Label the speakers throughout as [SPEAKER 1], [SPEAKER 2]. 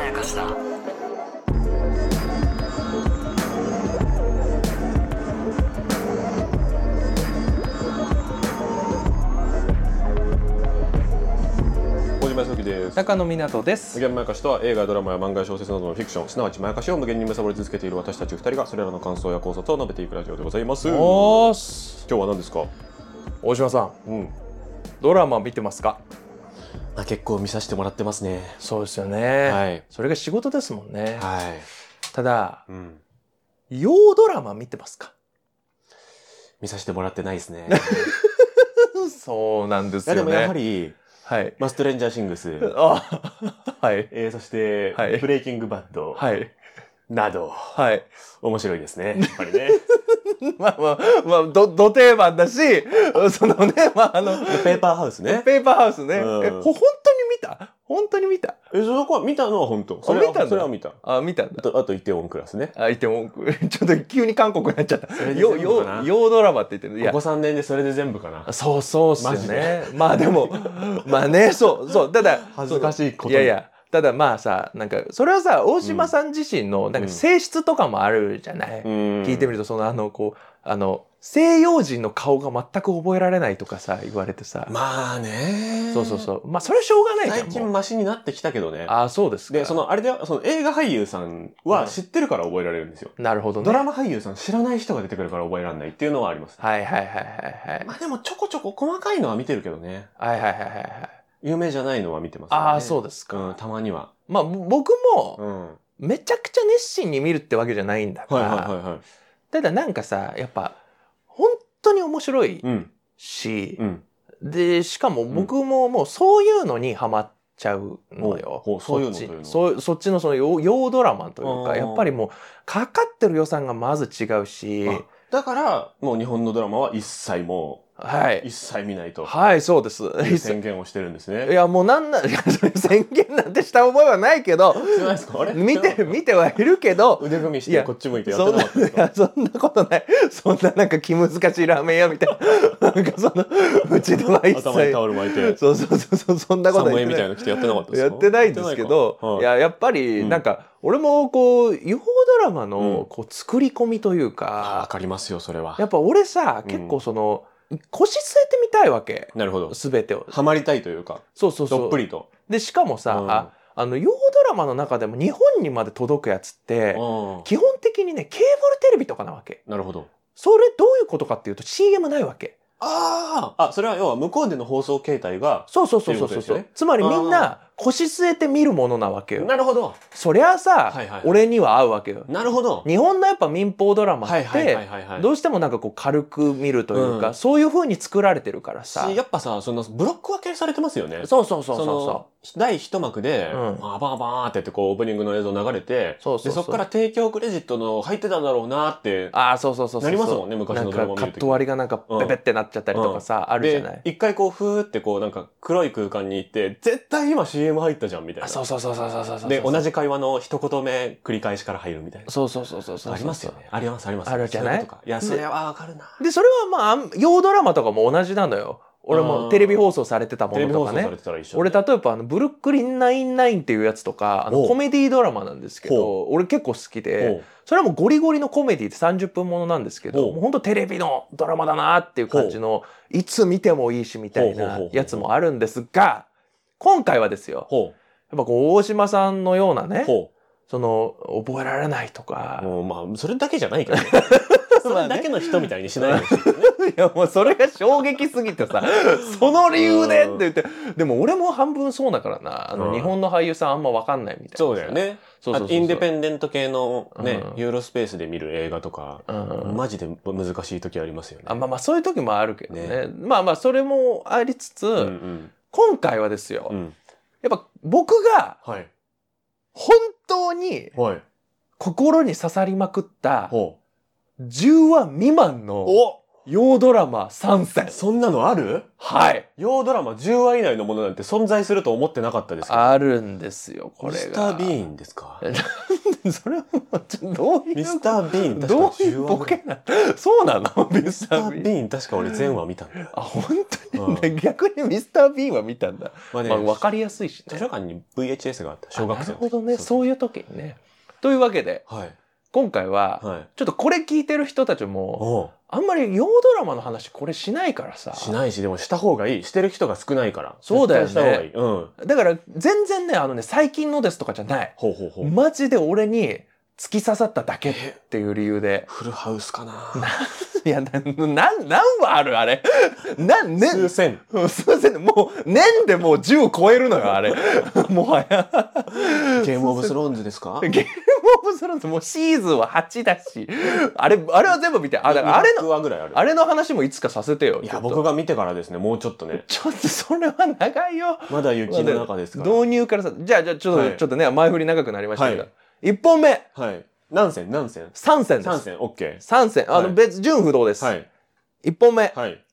[SPEAKER 1] やかしだ
[SPEAKER 2] 小島よきです。
[SPEAKER 3] 中野湊です
[SPEAKER 2] 無限まやかしとは映画やドラマや漫画や小説などのフィクションすなわちまやかしを無限に貪り続けている私たち二人がそれらの感想や考察を述べていくラジオでございます今
[SPEAKER 3] おーす
[SPEAKER 2] 日は何ですか
[SPEAKER 3] 大島さん
[SPEAKER 2] うん
[SPEAKER 3] ドラマ見てますか
[SPEAKER 2] あ結構見させてもらってますね
[SPEAKER 3] そうですよね、
[SPEAKER 2] はい
[SPEAKER 3] それが仕事ですもんね、
[SPEAKER 2] は
[SPEAKER 3] ただ
[SPEAKER 2] い、うん、
[SPEAKER 3] 洋ドラマ見てますか
[SPEAKER 2] 見させてもらってない ですね
[SPEAKER 3] そうなんです
[SPEAKER 2] いやで
[SPEAKER 3] よ
[SPEAKER 2] も
[SPEAKER 3] ね
[SPEAKER 2] やはり
[SPEAKER 3] はい
[SPEAKER 2] マストレンジャーシング ス、
[SPEAKER 3] あはい
[SPEAKER 2] えー、そして、
[SPEAKER 3] はい
[SPEAKER 2] ブレイキングバッド
[SPEAKER 3] はい
[SPEAKER 2] など
[SPEAKER 3] はい
[SPEAKER 2] 面白いですねやっぱりね
[SPEAKER 3] まあまあまあどど定番だしそのねまああの
[SPEAKER 2] ペーパーハウスね
[SPEAKER 3] ペーパーハウスね、
[SPEAKER 2] うん
[SPEAKER 3] えほ本当に見た本当に見た
[SPEAKER 2] えそこは見たのは本当それ
[SPEAKER 3] 見たん
[SPEAKER 2] は
[SPEAKER 3] だ
[SPEAKER 2] それは見た
[SPEAKER 3] あ見たん
[SPEAKER 2] あ
[SPEAKER 3] だ
[SPEAKER 2] とあとイテウォンクラスね
[SPEAKER 3] あいても ちょっと急に韓国になっちゃった
[SPEAKER 2] れで
[SPEAKER 3] 洋
[SPEAKER 2] 全部かな
[SPEAKER 3] 洋洋ドラマって言ってるい
[SPEAKER 2] ここ3年でそれで全部かな
[SPEAKER 3] そうそうっすよ
[SPEAKER 2] マジ
[SPEAKER 3] ね。まあ でも、まあね、そうそう。ただ、
[SPEAKER 2] 恥ずかしいこと
[SPEAKER 3] そう
[SPEAKER 2] に
[SPEAKER 3] いやいや、ただまあさ、なんか、それはさ、大島さん自身の、なんか性質とかもあるじゃない、聞
[SPEAKER 2] 聞
[SPEAKER 3] いて
[SPEAKER 2] る
[SPEAKER 3] みると、そのあの、こう、あの、西洋人の顔が全く覚えられないとかさ、言われてさ。
[SPEAKER 2] まあね
[SPEAKER 3] そうそうそう。まあそれはしょうがないじゃん。
[SPEAKER 2] 最近
[SPEAKER 3] もう
[SPEAKER 2] マシになってきたけどね
[SPEAKER 3] ああ、そうですか。
[SPEAKER 2] でそ、のあれだよその映画俳優さんは
[SPEAKER 3] うん
[SPEAKER 2] 知ってるから覚えられるんですよ、
[SPEAKER 3] なるほどね。
[SPEAKER 2] ドラマ俳優さん知らない人が出てくるから覚えられないっていうのはあります、
[SPEAKER 3] はいはいはいはいはい。
[SPEAKER 2] まあでもちょこちょこ細かいのは見てるけどね
[SPEAKER 3] はいはいはいはいはい。
[SPEAKER 2] 有名じゃないのは見てます、ね、
[SPEAKER 3] ああ、そう
[SPEAKER 2] う
[SPEAKER 3] ですか。
[SPEAKER 2] ん、たまには
[SPEAKER 3] まあ僕
[SPEAKER 2] う
[SPEAKER 3] も、
[SPEAKER 2] んはい
[SPEAKER 3] めちゃくちゃ熱心に見るってわけじゃないんだか
[SPEAKER 2] はい
[SPEAKER 3] ら、
[SPEAKER 2] はいはい
[SPEAKER 3] ただなんかさやっぱ本当に面白い
[SPEAKER 2] うん
[SPEAKER 3] し
[SPEAKER 2] う、ん
[SPEAKER 3] でしかも僕ももうそういうのにハマっちゃうのよ、
[SPEAKER 2] ほうほうそういうの
[SPEAKER 3] そっち
[SPEAKER 2] というの
[SPEAKER 3] そうそっちのその洋洋ドラマという
[SPEAKER 2] あ
[SPEAKER 3] か
[SPEAKER 2] ー
[SPEAKER 3] やっぱりもうかかってる予算がまず違うし
[SPEAKER 2] あだからもう日本のドラマは一切も
[SPEAKER 3] は
[SPEAKER 2] う
[SPEAKER 3] い
[SPEAKER 2] 一切見 ないと
[SPEAKER 3] はいそうです
[SPEAKER 2] いう宣言をしてるんです
[SPEAKER 3] い
[SPEAKER 2] ね
[SPEAKER 3] やもうなん な宣言なんてした覚えはない けど
[SPEAKER 2] してないですかあれ
[SPEAKER 3] 見て見てはいるけど
[SPEAKER 2] 腕組みし
[SPEAKER 3] い
[SPEAKER 2] て
[SPEAKER 3] や
[SPEAKER 2] こっち向いてやって
[SPEAKER 3] そ
[SPEAKER 2] なんか
[SPEAKER 3] な
[SPEAKER 2] ったですか
[SPEAKER 3] そんなことないそんななんか気難しいラーメン屋みたいななんかそのうちでは 一
[SPEAKER 2] 頭に
[SPEAKER 3] 切
[SPEAKER 2] タオル巻いて
[SPEAKER 3] そうそうそうそうそんなこと
[SPEAKER 2] 寒
[SPEAKER 3] はい言っ
[SPEAKER 2] み
[SPEAKER 3] て
[SPEAKER 2] たなの
[SPEAKER 3] ないい
[SPEAKER 2] 着てやってなかったですか
[SPEAKER 3] やってないんですけど、
[SPEAKER 2] はい
[SPEAKER 3] いややっぱり
[SPEAKER 2] うん
[SPEAKER 3] なんか俺もこう違法ドラマ
[SPEAKER 2] うん
[SPEAKER 3] のこう作り込みという
[SPEAKER 2] あーわ
[SPEAKER 3] か、
[SPEAKER 2] かりますよそれは
[SPEAKER 3] やっぱ俺さ
[SPEAKER 2] うん
[SPEAKER 3] 結構その、腰据えてみたいわけ
[SPEAKER 2] なるほど
[SPEAKER 3] 全てを
[SPEAKER 2] ハマりたいというか
[SPEAKER 3] そうそうそう
[SPEAKER 2] どっぷりと
[SPEAKER 3] でしかもさ、
[SPEAKER 2] うん
[SPEAKER 3] ああの洋ドラマの中でも日本にまで届くやつって
[SPEAKER 2] うん
[SPEAKER 3] 基本的にねケーブルテレビとかなわけ
[SPEAKER 2] なるほど
[SPEAKER 3] それどういうことかっていうと CM ないわけ
[SPEAKER 2] ああそれは要は向こうでの放送形態が
[SPEAKER 3] そうそうそうそう
[SPEAKER 2] って
[SPEAKER 3] そ
[SPEAKER 2] いううことですね
[SPEAKER 3] つまりみんな腰据えて見るものなわけよ
[SPEAKER 2] なるほど
[SPEAKER 3] そりゃあさ、
[SPEAKER 2] はいはいはい
[SPEAKER 3] 俺には合うわけよ
[SPEAKER 2] なるほど
[SPEAKER 3] 日本のやっぱ民放ドラマって、
[SPEAKER 2] はいはいはいはいはい
[SPEAKER 3] どうしてもなんかこう軽く見るというか、
[SPEAKER 2] うん
[SPEAKER 3] そういう風に作られてるからさ
[SPEAKER 2] しやっぱさそのブロック分けされてますよね
[SPEAKER 3] そうそうそうそ
[SPEAKER 2] そ
[SPEAKER 3] う
[SPEAKER 2] の
[SPEAKER 3] そ
[SPEAKER 2] 第一幕で、
[SPEAKER 3] うん
[SPEAKER 2] バーバーバーってやってこうオープニングの映像流れて
[SPEAKER 3] そうそうそ
[SPEAKER 2] で
[SPEAKER 3] う
[SPEAKER 2] そっから提供クレジットの入ってたんだろうなって
[SPEAKER 3] うああそうそうそうそう
[SPEAKER 2] なりますもんね昔
[SPEAKER 3] な
[SPEAKER 2] の
[SPEAKER 3] ん
[SPEAKER 2] ドラ
[SPEAKER 3] か
[SPEAKER 2] マ見
[SPEAKER 3] カ
[SPEAKER 2] る
[SPEAKER 3] ッ
[SPEAKER 2] 時
[SPEAKER 3] ト割りがなんか
[SPEAKER 2] うん
[SPEAKER 3] ペペってなっちゃったりとかさ、あるじゃな
[SPEAKER 2] で
[SPEAKER 3] い
[SPEAKER 2] 一回こうふーってこうなんか黒い空間に行って絶対今 CM 入ったじゃんみたい
[SPEAKER 3] あ
[SPEAKER 2] な
[SPEAKER 3] そうそうそうそうそうそうそう
[SPEAKER 2] で同じ会話の一言目繰り返しから入るみたいな
[SPEAKER 3] そうそうそうそうそう
[SPEAKER 2] ありますよねありますあります
[SPEAKER 3] あるじゃない
[SPEAKER 2] そううことかいやそれはわかるな
[SPEAKER 3] でそれはまああん洋ドラマとかも同じなのよ俺
[SPEAKER 2] うん
[SPEAKER 3] もテレビ放送されてたも
[SPEAKER 2] テレ
[SPEAKER 3] の
[SPEAKER 2] ビ
[SPEAKER 3] と
[SPEAKER 2] 放
[SPEAKER 3] か
[SPEAKER 2] 送
[SPEAKER 3] ね
[SPEAKER 2] されてたら一緒
[SPEAKER 3] 俺例えばあのブルックリン99っていうやつとかあ
[SPEAKER 2] お
[SPEAKER 3] の
[SPEAKER 2] う
[SPEAKER 3] コメディドラマなんですけ
[SPEAKER 2] ほ
[SPEAKER 3] ど俺結構好きで
[SPEAKER 2] ほ
[SPEAKER 3] それはもうゴリゴリのコメディで30分ものなんですけ
[SPEAKER 2] ほ
[SPEAKER 3] ど
[SPEAKER 2] う
[SPEAKER 3] もうほんとテレビのドラマだなっていう感じのいつ見てもいいしみた
[SPEAKER 2] ほ
[SPEAKER 3] い
[SPEAKER 2] うほうほ
[SPEAKER 3] な
[SPEAKER 2] うほう
[SPEAKER 3] やつもあるんですが今回はですよ
[SPEAKER 2] ほ
[SPEAKER 3] やっぱこう大島さんのような
[SPEAKER 2] う
[SPEAKER 3] ね
[SPEAKER 2] ほ
[SPEAKER 3] その覚えられないと
[SPEAKER 2] う
[SPEAKER 3] か
[SPEAKER 2] もうまあそれだけじゃないけどね それだけの人みたいにしないでほしい
[SPEAKER 3] いやもうそれが衝撃すぎ てさその理由でって言ってでも俺も半分そうだからなあ
[SPEAKER 2] うん
[SPEAKER 3] の日本の俳優さんあんま分かんないみたいな
[SPEAKER 2] そうだよね
[SPEAKER 3] そうそうそうそう
[SPEAKER 2] あとインデペンデント系のね、
[SPEAKER 3] うん
[SPEAKER 2] ユーロスペースで見る映画とか、
[SPEAKER 3] うん
[SPEAKER 2] マジで難しい時ありますよね。
[SPEAKER 3] あまあまあそういう時もあるけどね
[SPEAKER 2] ね
[SPEAKER 3] まあまあそれもありつつ、
[SPEAKER 2] うんうん
[SPEAKER 3] 今回はですよ、
[SPEAKER 2] うん
[SPEAKER 3] やっぱ僕が
[SPEAKER 2] はい
[SPEAKER 3] 本当に
[SPEAKER 2] はい
[SPEAKER 3] 心に刺さりまくった
[SPEAKER 2] ほう
[SPEAKER 3] 10話未満の
[SPEAKER 2] お
[SPEAKER 3] 洋ドラマ3選。
[SPEAKER 2] そんなのある
[SPEAKER 3] はい。
[SPEAKER 2] 洋ドラマ10話以内のものなんて存在すると思ってなかったですけど。
[SPEAKER 3] あるんですよ、こ
[SPEAKER 2] ミ
[SPEAKER 3] れが。
[SPEAKER 2] スター・ビーンですか
[SPEAKER 3] えン。 それはもう、ちょどういう。
[SPEAKER 2] ミスター・ビーン確か
[SPEAKER 3] どういう
[SPEAKER 2] 10話
[SPEAKER 3] ボ
[SPEAKER 2] ぐら
[SPEAKER 3] ケなのそうなのミ
[SPEAKER 2] ミ
[SPEAKER 3] ス
[SPEAKER 2] スタ
[SPEAKER 3] ター・
[SPEAKER 2] ー・
[SPEAKER 3] ビ
[SPEAKER 2] ビ
[SPEAKER 3] ー
[SPEAKER 2] ー
[SPEAKER 3] ン。
[SPEAKER 2] ン確か俺全話見たんだよ。
[SPEAKER 3] あ、本当
[SPEAKER 2] う
[SPEAKER 3] に逆にミスター・ビーンは見たんだ。
[SPEAKER 2] まあね、
[SPEAKER 3] まあ、わかりやすいし
[SPEAKER 2] 図
[SPEAKER 3] ね。
[SPEAKER 2] 書館に VHS があった小学生
[SPEAKER 3] あ
[SPEAKER 2] の
[SPEAKER 3] なるほどね。
[SPEAKER 2] う
[SPEAKER 3] そういう時にね。というわけで、
[SPEAKER 2] はい
[SPEAKER 3] 今回は、
[SPEAKER 2] はい
[SPEAKER 3] ちょっとこれ聞いてる人たちも、
[SPEAKER 2] おう
[SPEAKER 3] あんまり洋ドラマの話これしないからさ。
[SPEAKER 2] しないしでもした方がいいしてる人が少ないから
[SPEAKER 3] そうだよね
[SPEAKER 2] 絶対した方がいいうん
[SPEAKER 3] だから、全然ね、あのね、最近のですとかじゃない。
[SPEAKER 2] ほうほうほう
[SPEAKER 3] マジで俺に突き刺さっただけっていう理由で。
[SPEAKER 2] フルハウスかない
[SPEAKER 3] や、な、な、何話あるあれ。な、ね、
[SPEAKER 2] 数千
[SPEAKER 3] すいません、もう、年でもう10超えるのよ、あれ。 もはや。
[SPEAKER 2] ゲームオブスローンズですか
[SPEAKER 3] ゲームオブスローンズ、もうシーズンは8だし。あれ、あれは全部見て、あ、だからあれの、
[SPEAKER 2] 200話ぐらいある
[SPEAKER 3] あれの話もいつかさせてよ。
[SPEAKER 2] い
[SPEAKER 3] ちょ
[SPEAKER 2] や
[SPEAKER 3] っと
[SPEAKER 2] 僕が見てからですねもうちょっとね
[SPEAKER 3] ちょっとそれは長いよ。
[SPEAKER 2] まだ雪の中ですから
[SPEAKER 3] 導入からさ、じゃあ、じゃあ、ちょっと、
[SPEAKER 2] はい
[SPEAKER 3] ちょっとね、前振り長くなりましたけど。
[SPEAKER 2] はい
[SPEAKER 3] 1本目、
[SPEAKER 2] はい何戦何戦
[SPEAKER 3] 3戦で
[SPEAKER 2] 3
[SPEAKER 3] す。
[SPEAKER 2] 戦 OK
[SPEAKER 3] 3戦。あの、
[SPEAKER 2] はい
[SPEAKER 3] 別、純不動です。
[SPEAKER 2] はい
[SPEAKER 3] 1本目、
[SPEAKER 2] はい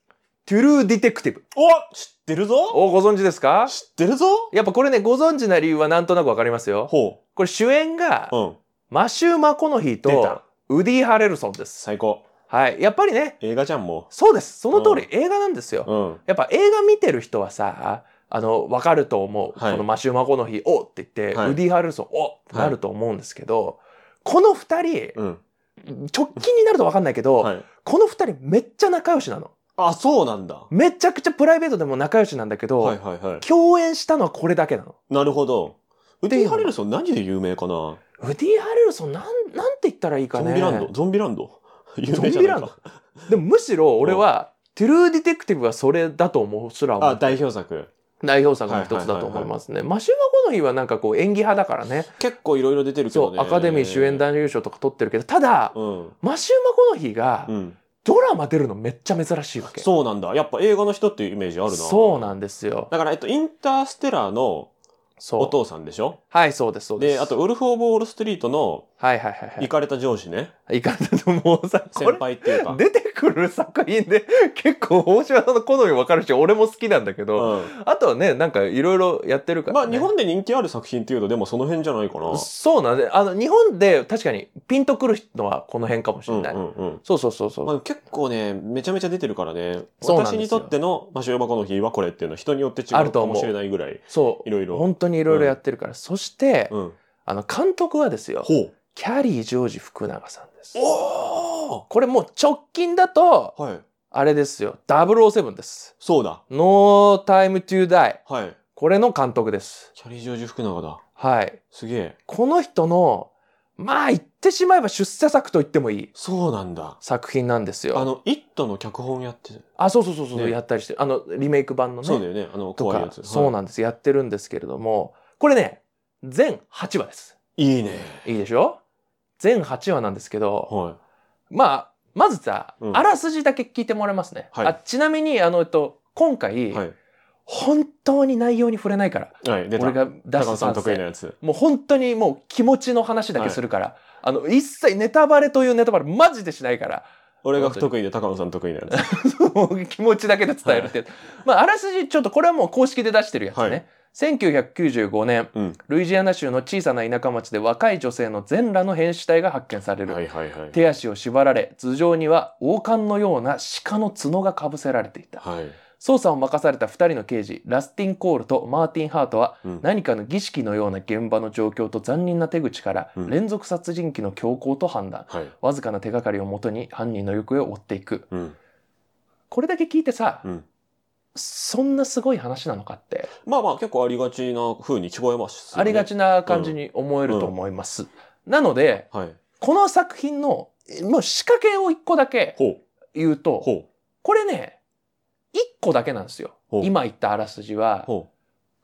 [SPEAKER 3] トゥルーディテクティブ。
[SPEAKER 2] お知ってるぞ
[SPEAKER 3] お、ご存知ですか
[SPEAKER 2] 知ってるぞ
[SPEAKER 3] やっぱこれね、ご存知な理由はなんとなくわかりますよ。
[SPEAKER 2] ほ
[SPEAKER 3] これ主演が
[SPEAKER 2] う、うん
[SPEAKER 3] マシュー・マコノヒー
[SPEAKER 2] 出
[SPEAKER 3] と
[SPEAKER 2] た、
[SPEAKER 3] ウディ・ハレルソンです。
[SPEAKER 2] 最高
[SPEAKER 3] はい。やっぱりね、
[SPEAKER 2] 映画じゃんも
[SPEAKER 3] そうです。その通り
[SPEAKER 2] う
[SPEAKER 3] 映画なんですよ。
[SPEAKER 2] ううん
[SPEAKER 3] やっぱ映画見てる人はさ、あの、わかると思う。
[SPEAKER 2] はい
[SPEAKER 3] このマシュー・マコノヒー、おって言って、
[SPEAKER 2] はい
[SPEAKER 3] ウディ・ハレルソン、おってなると思うんですけど、この二人、
[SPEAKER 2] うん
[SPEAKER 3] 直近になるとわかんないけど、
[SPEAKER 2] はい
[SPEAKER 3] この二人めっちゃ仲良しなの。
[SPEAKER 2] あそうなんだは
[SPEAKER 3] めちゃくちゃプライベートでも仲良しなんだけど、
[SPEAKER 2] いはいはい
[SPEAKER 3] 共演したのはこれだけなの。
[SPEAKER 2] なるほど。ウ
[SPEAKER 3] ていう
[SPEAKER 2] ディ・
[SPEAKER 3] の
[SPEAKER 2] ハレルソン何で有名かな
[SPEAKER 3] ウディ・ハレルソンなん、なんて言ったらいいか
[SPEAKER 2] ゾ
[SPEAKER 3] ね。
[SPEAKER 2] ンビランドゾンビランド 有
[SPEAKER 3] ゾ
[SPEAKER 2] 名
[SPEAKER 3] ン
[SPEAKER 2] じゃ
[SPEAKER 3] ビ
[SPEAKER 2] な
[SPEAKER 3] ラ
[SPEAKER 2] い
[SPEAKER 3] ンド
[SPEAKER 2] か。
[SPEAKER 3] でもむしろ俺は、トゥルーディテクティブはそれだと思う、すら
[SPEAKER 2] あ、
[SPEAKER 3] も
[SPEAKER 2] 代表作。
[SPEAKER 3] 代表作の一つだと思いますね。マシュマコの日はなんかこう演技派だからね。
[SPEAKER 2] 結構いろいろ出てるけ
[SPEAKER 3] そ
[SPEAKER 2] ど
[SPEAKER 3] う、
[SPEAKER 2] ね。
[SPEAKER 3] アカデミー主演。男優賞とか取ってるけど、ただ、
[SPEAKER 2] うん。
[SPEAKER 3] マシュマコの日が
[SPEAKER 2] うん。
[SPEAKER 3] ドラマ出るのめっちゃ珍しいわけ。
[SPEAKER 2] そうなんだ。やっぱ映画の人っていうイメージあるな。
[SPEAKER 3] そう
[SPEAKER 2] だ。
[SPEAKER 3] なんですよ。
[SPEAKER 2] だから、えっと、インターステラーのお
[SPEAKER 3] そう。
[SPEAKER 2] 父さんでしょ
[SPEAKER 3] はい、そうです、そうです。
[SPEAKER 2] で、あと、ウルフ・オブ・ウォールストリートの
[SPEAKER 3] はいはいはい
[SPEAKER 2] イカれた上司ね。
[SPEAKER 3] はい。いかんともうさ、こ
[SPEAKER 2] 先
[SPEAKER 3] れ
[SPEAKER 2] 輩っていうか。
[SPEAKER 3] 出てくる作品で結構大島さんの好み分かるし、俺も好きなんだけ
[SPEAKER 2] う
[SPEAKER 3] ど、あとはね、なんかいろいろやってるか
[SPEAKER 2] ん。ま
[SPEAKER 3] ら、
[SPEAKER 2] あ、日
[SPEAKER 3] ね。
[SPEAKER 2] 本で人気ある作品っていうと、でもその辺じゃないかな。
[SPEAKER 3] そうなんで、あの、日本で確かにピンとくるのはこの辺かもし
[SPEAKER 2] うん
[SPEAKER 3] れ
[SPEAKER 2] うん
[SPEAKER 3] ない。
[SPEAKER 2] うん。
[SPEAKER 3] そうそうそうそう。
[SPEAKER 2] まあ、結構ね、めちゃめちゃ出てるからね。
[SPEAKER 3] そうなんです
[SPEAKER 2] 私
[SPEAKER 3] よ
[SPEAKER 2] にとっての、まあ、塩箱の日はこれっていうのは人によって違
[SPEAKER 3] あ
[SPEAKER 2] う
[SPEAKER 3] ると
[SPEAKER 2] か
[SPEAKER 3] 思う
[SPEAKER 2] もしれないぐらい、
[SPEAKER 3] そ。
[SPEAKER 2] いろいうろ。
[SPEAKER 3] 本当にいろいろやってるから。そして、
[SPEAKER 2] うん。
[SPEAKER 3] あの、監督はですよ、
[SPEAKER 2] ほう。
[SPEAKER 3] キャリー・ジョージ・福永さんです。
[SPEAKER 2] お
[SPEAKER 3] これもう直近だと、
[SPEAKER 2] ーはい。
[SPEAKER 3] あれですよ、007です。
[SPEAKER 2] そうだ。
[SPEAKER 3] No Time to Die。
[SPEAKER 2] はい。
[SPEAKER 3] これの監督です。
[SPEAKER 2] キャリー・ジョージ・福永だ。
[SPEAKER 3] はい。
[SPEAKER 2] すげえ。
[SPEAKER 3] この人の、まあ言ってしまえば出世作と言ってもいい
[SPEAKER 2] そうなんだ。
[SPEAKER 3] 作品なんですよ。
[SPEAKER 2] あ
[SPEAKER 3] あ
[SPEAKER 2] の、イットの脚本やってる。
[SPEAKER 3] そうそうそうそう、
[SPEAKER 2] ね
[SPEAKER 3] やったりして、あの、リメイク版のね。
[SPEAKER 2] そうだよね。あの、
[SPEAKER 3] と
[SPEAKER 2] 怖い
[SPEAKER 3] か
[SPEAKER 2] やつ。、
[SPEAKER 3] そう
[SPEAKER 2] は
[SPEAKER 3] なんです。やってるんですけれども、これね、全8話です。
[SPEAKER 2] いいいね。
[SPEAKER 3] いいでしょ全8話なんですけど、
[SPEAKER 2] は
[SPEAKER 3] まあ、まずさ、
[SPEAKER 2] うん
[SPEAKER 3] あらすじだけ聞いてもらえますね。
[SPEAKER 2] はい
[SPEAKER 3] あちなみに、あの、えっと、今回、
[SPEAKER 2] い。はい。
[SPEAKER 3] 本当に内容に触れないから、
[SPEAKER 2] はい。出
[SPEAKER 3] 俺
[SPEAKER 2] た。
[SPEAKER 3] が出
[SPEAKER 2] 高
[SPEAKER 3] す
[SPEAKER 2] 野さん
[SPEAKER 3] 参
[SPEAKER 2] 得意な
[SPEAKER 3] 戦。
[SPEAKER 2] やつ。
[SPEAKER 3] もう本当にもう気持ちの話だけするから、あの、一切ネタバレというネタバレマジでしないから、
[SPEAKER 2] 俺が不得意で高野さん得意なやつ。
[SPEAKER 3] もう気持ちだけで伝えるっていう。まあ、あらすじ、ちょっとこれはもう公式で出してるやつね。
[SPEAKER 2] はい
[SPEAKER 3] 1995年、
[SPEAKER 2] うん。
[SPEAKER 3] ルイジアナ州の小さな田舎町で若い女性の全裸の変死体が発見される。
[SPEAKER 2] はいはいはい。
[SPEAKER 3] 手足を縛られ、頭上には王冠のような鹿の角がかぶせられていた。
[SPEAKER 2] はい。
[SPEAKER 3] 捜査を任された二人の刑事、ラスティン・コールとマーティン・ハートは、
[SPEAKER 2] うん
[SPEAKER 3] 何かの儀式のような現場の状況と残忍な手口から、
[SPEAKER 2] うん
[SPEAKER 3] 連続殺人鬼の強行と判断。
[SPEAKER 2] はい。
[SPEAKER 3] わずかな手がかりをもとに犯人の行方を追っていく。
[SPEAKER 2] うん。
[SPEAKER 3] これだけ聞いてさ、
[SPEAKER 2] うん。
[SPEAKER 3] そんなすごい話なのかって、
[SPEAKER 2] まあまあ、結構ありがちな風に聞こえますよね。
[SPEAKER 3] ありがちな感じに思えると思います。なので、
[SPEAKER 2] はい。
[SPEAKER 3] この作品の、えもう仕掛けを一個だけ
[SPEAKER 2] ほう。
[SPEAKER 3] 言うと、
[SPEAKER 2] ほ
[SPEAKER 3] これね、一個だけなんですよ。
[SPEAKER 2] ほう
[SPEAKER 3] 今言ったあらすじ
[SPEAKER 2] う。
[SPEAKER 3] は、
[SPEAKER 2] ほ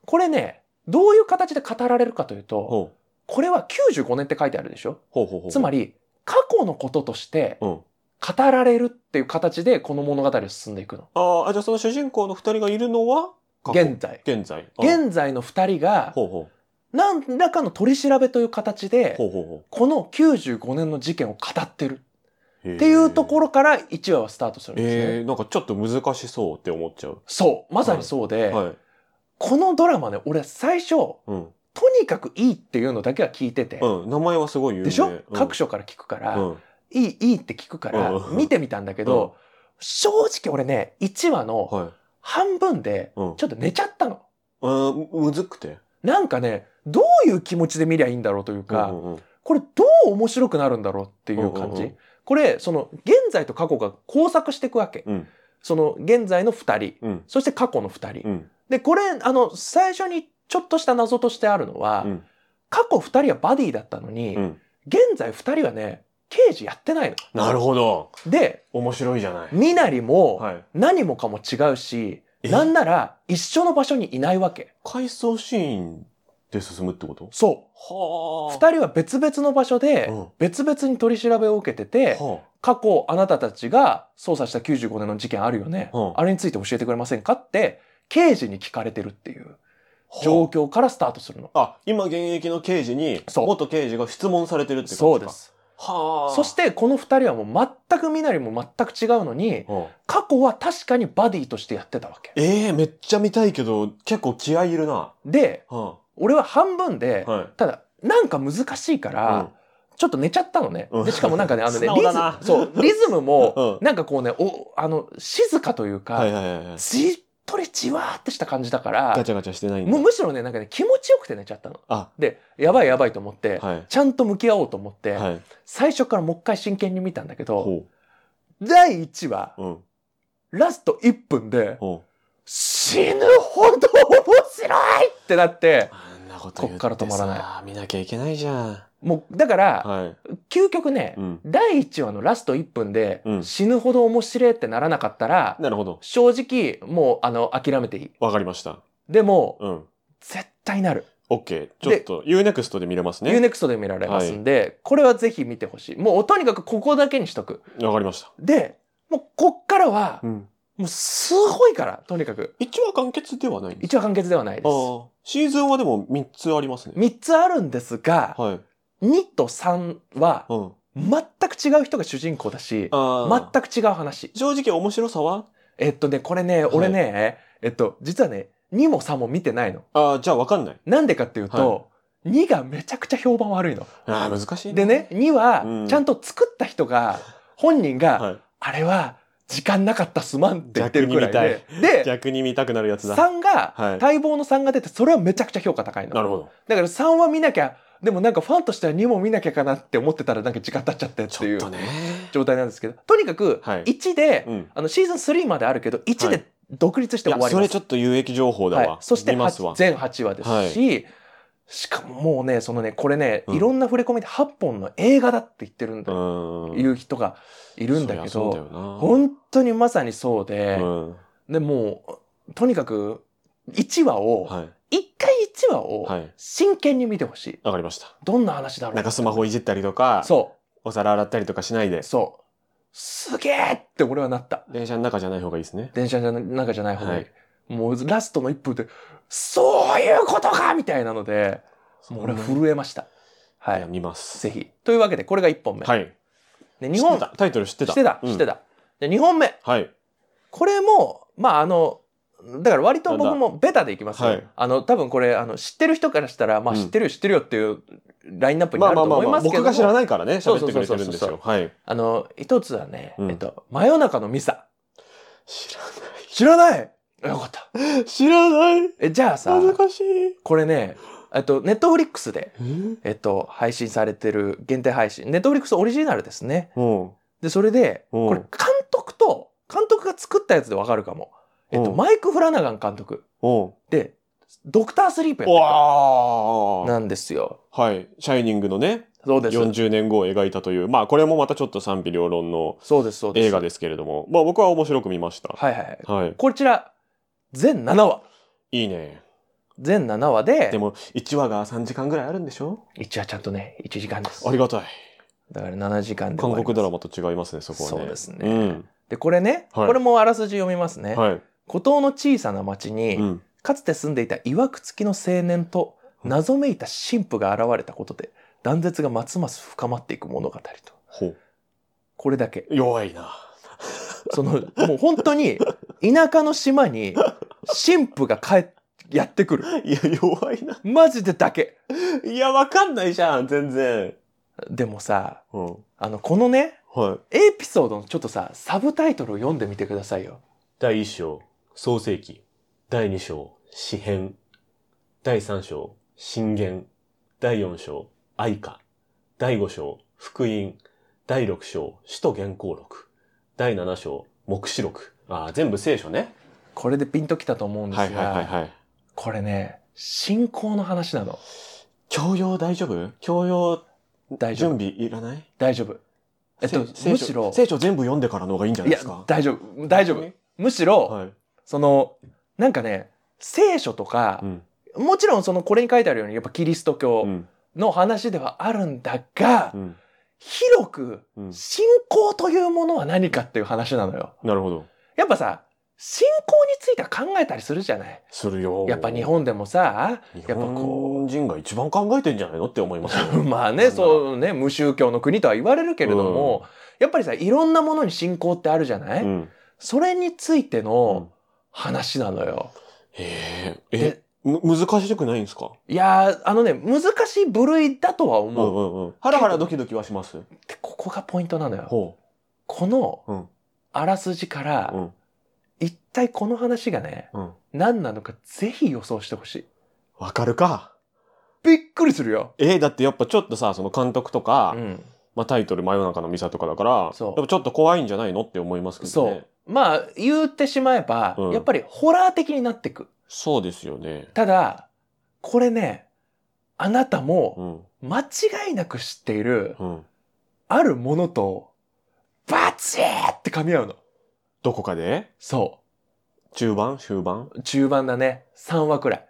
[SPEAKER 3] これね、どういう形で語られるかという
[SPEAKER 2] う。
[SPEAKER 3] と、
[SPEAKER 2] ほう。
[SPEAKER 3] これは95年って書いてあるでしょ
[SPEAKER 2] ほうほうほう。
[SPEAKER 3] つま
[SPEAKER 2] り、
[SPEAKER 3] り、過去のこととして
[SPEAKER 2] うん。
[SPEAKER 3] 語られるっていう形でこの物語を進んでいくの。
[SPEAKER 2] あーあ、じゃあその主人公の二人がいるのは過去
[SPEAKER 3] 現在。
[SPEAKER 2] 現在。あ
[SPEAKER 3] 現在の二人が、
[SPEAKER 2] ほうほ
[SPEAKER 3] 何らかの取り調べという形
[SPEAKER 2] う。、
[SPEAKER 3] で
[SPEAKER 2] ほうほうほ
[SPEAKER 3] この95年の事件を語ってる。
[SPEAKER 2] っ
[SPEAKER 3] っていうところから1話はスタートするんですね。
[SPEAKER 2] えー、なんかちょっと難しそうって思っちゃう。
[SPEAKER 3] そう、まさにそうで、
[SPEAKER 2] はい。
[SPEAKER 3] このドラマね、俺最初、と
[SPEAKER 2] うん。
[SPEAKER 3] にかくいいっていうのだけは聞いてて、
[SPEAKER 2] うん。名前はすごい有名。
[SPEAKER 3] でしょ、
[SPEAKER 2] うん、
[SPEAKER 3] 各所から聞くから、
[SPEAKER 2] うん。
[SPEAKER 3] いい、いいって聞くから
[SPEAKER 2] うん、
[SPEAKER 3] 見てみたんだけ
[SPEAKER 2] うん
[SPEAKER 3] ど、正直俺ね、1話の
[SPEAKER 2] はい。
[SPEAKER 3] 半分で、
[SPEAKER 2] うん。
[SPEAKER 3] ちょっと寝ちゃったの。
[SPEAKER 2] あーむむずくて。
[SPEAKER 3] なんかね、どういう気持ちで見りゃいいんだろうというか、
[SPEAKER 2] うんうんうん
[SPEAKER 3] これどう面白くなるんだろうっていう感
[SPEAKER 2] うんうん
[SPEAKER 3] じ。
[SPEAKER 2] うん
[SPEAKER 3] これ、その、現在と過去が交錯していくわけ。
[SPEAKER 2] うん
[SPEAKER 3] その、現在の2人、
[SPEAKER 2] うん
[SPEAKER 3] そして過去の2人。
[SPEAKER 2] うん
[SPEAKER 3] で、これ、あの、最初にちょっとした謎としてあるのは、
[SPEAKER 2] うん
[SPEAKER 3] 過去2人はバディだったのに、
[SPEAKER 2] うん
[SPEAKER 3] 現在2人はね、刑事やってないの。
[SPEAKER 2] なるほど
[SPEAKER 3] で、
[SPEAKER 2] 面白いじゃない
[SPEAKER 3] 身なりも、
[SPEAKER 2] はい
[SPEAKER 3] 何もかも違うし、
[SPEAKER 2] え
[SPEAKER 3] なんなら一緒の場所にいないわけ。
[SPEAKER 2] 回想シーンで進むってこと
[SPEAKER 3] そ
[SPEAKER 2] は
[SPEAKER 3] う。
[SPEAKER 2] 人
[SPEAKER 3] 二人は別々の場所で
[SPEAKER 2] うん、
[SPEAKER 3] 別々に取り調べを受けてて、
[SPEAKER 2] は
[SPEAKER 3] 過去あなたたちが捜査した95年の事件あるよね
[SPEAKER 2] うん。
[SPEAKER 3] あれについて教えてくれませんかって、刑事に聞かれてるっていう
[SPEAKER 2] あ
[SPEAKER 3] 状況からスタートするの。
[SPEAKER 2] あ今現役の刑事に
[SPEAKER 3] そう
[SPEAKER 2] 元刑事が質問されてるって感じか
[SPEAKER 3] そうです。
[SPEAKER 2] はあ
[SPEAKER 3] そしてこの二人はもう全く身なりも全く違うのに、
[SPEAKER 2] うん
[SPEAKER 3] 過去は確かにバディとしてやってたわけ。
[SPEAKER 2] ええめっちゃ見たいけど結構気合いいるな
[SPEAKER 3] で、
[SPEAKER 2] は
[SPEAKER 3] 俺は半分で
[SPEAKER 2] あ、はい
[SPEAKER 3] ただ、なんか難しいから、ちょっと寝ちゃったのね
[SPEAKER 2] う。ん
[SPEAKER 3] で、しかもなんかね、あ のね、
[SPEAKER 2] 素
[SPEAKER 3] リ
[SPEAKER 2] 直だ
[SPEAKER 3] ズ
[SPEAKER 2] な
[SPEAKER 3] そう、リズムも、
[SPEAKER 2] う
[SPEAKER 3] なんかこうね、お、あの、静かという
[SPEAKER 2] うん、はい
[SPEAKER 3] か、
[SPEAKER 2] はいはいはい
[SPEAKER 3] じっとりじわーってした感じだか
[SPEAKER 2] ガ
[SPEAKER 3] ら、
[SPEAKER 2] チャガチャしてないんだ
[SPEAKER 3] むむしろね、なんかね、気持ちよくて寝ちゃったの。
[SPEAKER 2] あ
[SPEAKER 3] で、やばいやばいと思って、
[SPEAKER 2] はい
[SPEAKER 3] ちゃんと向き合おうと思って、
[SPEAKER 2] はい
[SPEAKER 3] 最初からもう一回真剣に見たんだけど、
[SPEAKER 2] ほ
[SPEAKER 3] 第1話、
[SPEAKER 2] ううん
[SPEAKER 3] ラスト1分で、
[SPEAKER 2] ほう
[SPEAKER 3] 死ぬほど面白いってなって、
[SPEAKER 2] あんなこと言って
[SPEAKER 3] こっから止まらない
[SPEAKER 2] さ見なきゃいけないじゃん
[SPEAKER 3] もう、だから、
[SPEAKER 2] はい
[SPEAKER 3] 究極ね
[SPEAKER 2] う、ん
[SPEAKER 3] 第1話のラスト1分で
[SPEAKER 2] うん
[SPEAKER 3] 死ぬほど面白いってならなかったら、
[SPEAKER 2] なるほど
[SPEAKER 3] 正直もうあの諦めていい。
[SPEAKER 2] わかりました
[SPEAKER 3] でも、
[SPEAKER 2] うん
[SPEAKER 3] 絶対なる。
[SPEAKER 2] オッケーちょっと UNEXT で見れますね
[SPEAKER 3] UNEXT で見られますんで、これはぜひ見てほしい。もうとにかくここだけにしとく。
[SPEAKER 2] わかりました
[SPEAKER 3] で、もうこっからは、
[SPEAKER 2] うん
[SPEAKER 3] もうすごいから、とにかく。
[SPEAKER 2] 一話完結ではないんです
[SPEAKER 3] 一話完結ではない
[SPEAKER 2] あ
[SPEAKER 3] です。
[SPEAKER 2] ーシーズンはでも3つありますね
[SPEAKER 3] 3つあるんですが、
[SPEAKER 2] はい
[SPEAKER 3] 2と3は
[SPEAKER 2] うん
[SPEAKER 3] 全く違う人が主人公だし、
[SPEAKER 2] あー
[SPEAKER 3] 全く違う話。
[SPEAKER 2] 正直面白さは
[SPEAKER 3] えっとね、これね、
[SPEAKER 2] はい
[SPEAKER 3] 俺ね、えっと、実はね、2も3も見てないの。
[SPEAKER 2] あーじゃあわかんない
[SPEAKER 3] なんでかっていうと、2がめちゃくちゃ評判悪いの。
[SPEAKER 2] あー難しい
[SPEAKER 3] でね、2
[SPEAKER 2] うん
[SPEAKER 3] は、ちゃんと作った人 が、本人が、
[SPEAKER 2] は
[SPEAKER 3] あれは、時間なかったすまんって言ってるくらいで。
[SPEAKER 2] い
[SPEAKER 3] で、
[SPEAKER 2] 逆に見たくなるやつだ
[SPEAKER 3] 3が、
[SPEAKER 2] はい
[SPEAKER 3] 待望の3が出て、それはめちゃくちゃ評価高いの。
[SPEAKER 2] なるほど
[SPEAKER 3] だから3は見なきゃ、でもなんかファンとしては2も見なきゃかなって思ってたら、なんか時間経っちゃってって
[SPEAKER 2] ち
[SPEAKER 3] い
[SPEAKER 2] ょ
[SPEAKER 3] う
[SPEAKER 2] っとね
[SPEAKER 3] 状態なんですけど、とにかく、
[SPEAKER 2] はい
[SPEAKER 3] 1で、
[SPEAKER 2] うん
[SPEAKER 3] あの、シーズン3まであるけど、1
[SPEAKER 2] は
[SPEAKER 3] で独立して
[SPEAKER 2] い
[SPEAKER 3] 終わ
[SPEAKER 2] や
[SPEAKER 3] り
[SPEAKER 2] そ
[SPEAKER 3] ま
[SPEAKER 2] れ
[SPEAKER 3] す
[SPEAKER 2] ちょっと有益情報だ
[SPEAKER 3] はい
[SPEAKER 2] わ、
[SPEAKER 3] そして
[SPEAKER 2] 見ますわ
[SPEAKER 3] は全8話ですし、しかももうねそのねこれね、
[SPEAKER 2] うん
[SPEAKER 3] いろんな触れ込みで8本の映画だって言ってるん
[SPEAKER 2] う
[SPEAKER 3] だ、
[SPEAKER 2] ん
[SPEAKER 3] いう人がいるんだけ
[SPEAKER 2] そりゃそうだ
[SPEAKER 3] ど
[SPEAKER 2] よな
[SPEAKER 3] 本当にまさにそうで、
[SPEAKER 2] うん
[SPEAKER 3] でもうとにかく1話を、
[SPEAKER 2] はい
[SPEAKER 3] 一回1話を
[SPEAKER 2] はい
[SPEAKER 3] 真剣に見てほしい
[SPEAKER 2] わかりました
[SPEAKER 3] どんな話だろう
[SPEAKER 2] なんかスマホいじったりとか
[SPEAKER 3] そ
[SPEAKER 2] お皿洗ったりとかしないで
[SPEAKER 3] うそうすげえって俺はなった
[SPEAKER 2] 電車の中じゃない方がいいですね
[SPEAKER 3] 電車じゃななんかじゃない方がいい、
[SPEAKER 2] は
[SPEAKER 3] もうラストの1分でそういうことかみたいなのでもう俺は震えましたはい
[SPEAKER 2] や
[SPEAKER 3] い
[SPEAKER 2] 見ます
[SPEAKER 3] ぜひ。というわけで、これが1本目。
[SPEAKER 2] はい
[SPEAKER 3] で、2本
[SPEAKER 2] 知ってたタイトル知ってた
[SPEAKER 3] してた、
[SPEAKER 2] うん
[SPEAKER 3] してた。で、2本目。
[SPEAKER 2] はい
[SPEAKER 3] これも、まあ、あの、だから割と僕もベタでいきますよ。
[SPEAKER 2] はい
[SPEAKER 3] あの、多分これ、あの、知ってる人からしたら、まあ、
[SPEAKER 2] うん
[SPEAKER 3] 知ってるよ、知ってるよっていうラインナップに
[SPEAKER 2] ま
[SPEAKER 3] な
[SPEAKER 2] あまあ
[SPEAKER 3] ると
[SPEAKER 2] まあ
[SPEAKER 3] 思い
[SPEAKER 2] ま
[SPEAKER 3] ま
[SPEAKER 2] あ
[SPEAKER 3] すけ
[SPEAKER 2] 僕
[SPEAKER 3] れども、
[SPEAKER 2] が知らないからね
[SPEAKER 3] そ
[SPEAKER 2] 喋
[SPEAKER 3] う
[SPEAKER 2] っ
[SPEAKER 3] そう
[SPEAKER 2] て
[SPEAKER 3] そ
[SPEAKER 2] くれ
[SPEAKER 3] うそ
[SPEAKER 2] て
[SPEAKER 3] う
[SPEAKER 2] るんですよはい
[SPEAKER 3] あの、一つはね、
[SPEAKER 2] うん
[SPEAKER 3] えっと、真夜中のミサ。
[SPEAKER 2] 知ら
[SPEAKER 3] 知らないよかった。
[SPEAKER 2] ない知らない
[SPEAKER 3] え、じゃあさ、
[SPEAKER 2] 恥ずかしい
[SPEAKER 3] これね、えっと、ネットフリックスで、
[SPEAKER 2] え
[SPEAKER 3] えっと、配信されてる、限定配信。ネットフリックスオリジナルですね。
[SPEAKER 2] うん
[SPEAKER 3] で、それで、
[SPEAKER 2] うん
[SPEAKER 3] これ監督と、監督が作ったやつでわかるかも。えっと、
[SPEAKER 2] うん
[SPEAKER 3] マイク・フラナガン監督
[SPEAKER 2] うん
[SPEAKER 3] で、ドクター・スリープやってる
[SPEAKER 2] わー
[SPEAKER 3] なんですよ。
[SPEAKER 2] はい「シャイニング」のね
[SPEAKER 3] そうです。
[SPEAKER 2] 40年後を描いたというまあこれもまたちょっと賛否両論の
[SPEAKER 3] そうです、そうです。
[SPEAKER 2] 映画ですけれどもまあ僕は面白く見ました
[SPEAKER 3] はいはいはい。
[SPEAKER 2] はい
[SPEAKER 3] こちら、全7話。
[SPEAKER 2] いいね
[SPEAKER 3] 全7話で、
[SPEAKER 2] でも1話が3時間ぐらいあるんでしょ
[SPEAKER 3] 1話ちゃんとね、1時間です
[SPEAKER 2] あ。りがたい
[SPEAKER 3] だから7時間で終
[SPEAKER 2] 韓
[SPEAKER 3] わります。
[SPEAKER 2] 国ドラマと違いますねそこはね
[SPEAKER 3] そうですね
[SPEAKER 2] うん
[SPEAKER 3] で、これね、
[SPEAKER 2] はい
[SPEAKER 3] これもあらすじ読みますね。
[SPEAKER 2] はい
[SPEAKER 3] 孤島の小さな町に、
[SPEAKER 2] うん
[SPEAKER 3] かつて住んでいたいわくつきの青年と謎めいた神父が現れたことで、断絶がますます深まっていく物語と。
[SPEAKER 2] ほう
[SPEAKER 3] これだけ。
[SPEAKER 2] 弱いな。
[SPEAKER 3] その、もう本当に、田舎の島に、神父が帰っ、やってくる。
[SPEAKER 2] いや、弱いな。
[SPEAKER 3] マジでだけ。
[SPEAKER 2] いや、わかんないじゃん、全然。
[SPEAKER 3] でもさ、
[SPEAKER 2] うん。
[SPEAKER 3] あの、このね、
[SPEAKER 2] はい。
[SPEAKER 3] エピソードのちょっとさ、サブタイトルを読んでみてくださいよ。
[SPEAKER 2] 第1章、創世記。第2章、詩編。第3章、信玄。第4章、愛歌。第5章、福音。第6章、使徒原稿録。第7章、黙示録。ああ、全部聖書ね。
[SPEAKER 3] これでピンときたと思うんですが、
[SPEAKER 2] はい。
[SPEAKER 3] これね、信仰の話なの。
[SPEAKER 2] 教養大丈夫教養
[SPEAKER 3] 大丈夫。
[SPEAKER 2] 準備いらない
[SPEAKER 3] 大丈夫。えっと、
[SPEAKER 2] せ聖
[SPEAKER 3] む
[SPEAKER 2] 書
[SPEAKER 3] しろ、
[SPEAKER 2] 聖書全部読んでからの方がいいんじゃない
[SPEAKER 3] い
[SPEAKER 2] で
[SPEAKER 3] や
[SPEAKER 2] すか、
[SPEAKER 3] 大丈夫。大丈夫。むしろ、
[SPEAKER 2] はい。
[SPEAKER 3] その、なんかね、聖書とか
[SPEAKER 2] う、ん。
[SPEAKER 3] もちろんその、これに書いてあるように、やっぱキリスト
[SPEAKER 2] う
[SPEAKER 3] 教
[SPEAKER 2] ん。
[SPEAKER 3] の話ではあるんだが、
[SPEAKER 2] うん。
[SPEAKER 3] 広く
[SPEAKER 2] うん。
[SPEAKER 3] 信仰というものは何かっていう話なのよ。
[SPEAKER 2] なるほど。
[SPEAKER 3] やっぱさ、信仰については考えたりするじゃない。
[SPEAKER 2] するよ。
[SPEAKER 3] やっぱ日本でもさ、
[SPEAKER 2] 日
[SPEAKER 3] やっぱこ
[SPEAKER 2] 本人が一番考えてんじゃないのって思いますよ。
[SPEAKER 3] う、まあ ね、そうね、無宗教の国とは言われるけれども、やっぱりさ、いろんなものに信仰ってあるじゃない、
[SPEAKER 2] うん。
[SPEAKER 3] それについて
[SPEAKER 2] うん
[SPEAKER 3] の話なのよ。
[SPEAKER 2] へえ。
[SPEAKER 3] で
[SPEAKER 2] え、む難しくないんですか
[SPEAKER 3] いやー、あのね、難しい部類だとは
[SPEAKER 2] う
[SPEAKER 3] 思う。
[SPEAKER 2] んうんうん。ハラハラドキドキはします。
[SPEAKER 3] でここがポイントなのよ。
[SPEAKER 2] ほ
[SPEAKER 3] こ
[SPEAKER 2] う
[SPEAKER 3] の
[SPEAKER 2] ん、
[SPEAKER 3] あらすじから、
[SPEAKER 2] う。うん。
[SPEAKER 3] 一体この話がね、
[SPEAKER 2] うん。
[SPEAKER 3] 何なのかぜひ予想してほしい。
[SPEAKER 2] わかるか。
[SPEAKER 3] びっくりするよ。
[SPEAKER 2] えー、だってやっぱちょっとさ、その監督とか、
[SPEAKER 3] ん。
[SPEAKER 2] まあタイトル真夜中のミサとかだから、やっ
[SPEAKER 3] そう
[SPEAKER 2] ぱちょっと怖いんじゃないのって思いますけど
[SPEAKER 3] そ
[SPEAKER 2] ね
[SPEAKER 3] う。。まあ、言ってしまえば、
[SPEAKER 2] うん
[SPEAKER 3] やっぱりホラー的になってく。
[SPEAKER 2] そうですよね。
[SPEAKER 3] ただ、これね、あなた
[SPEAKER 2] う
[SPEAKER 3] も
[SPEAKER 2] ん。
[SPEAKER 3] 間違いなく知っている、
[SPEAKER 2] うん。
[SPEAKER 3] あるものと、バチーって噛み合うの。
[SPEAKER 2] どこかで
[SPEAKER 3] そ
[SPEAKER 2] 中盤終盤
[SPEAKER 3] う。中盤だね。3話くらい。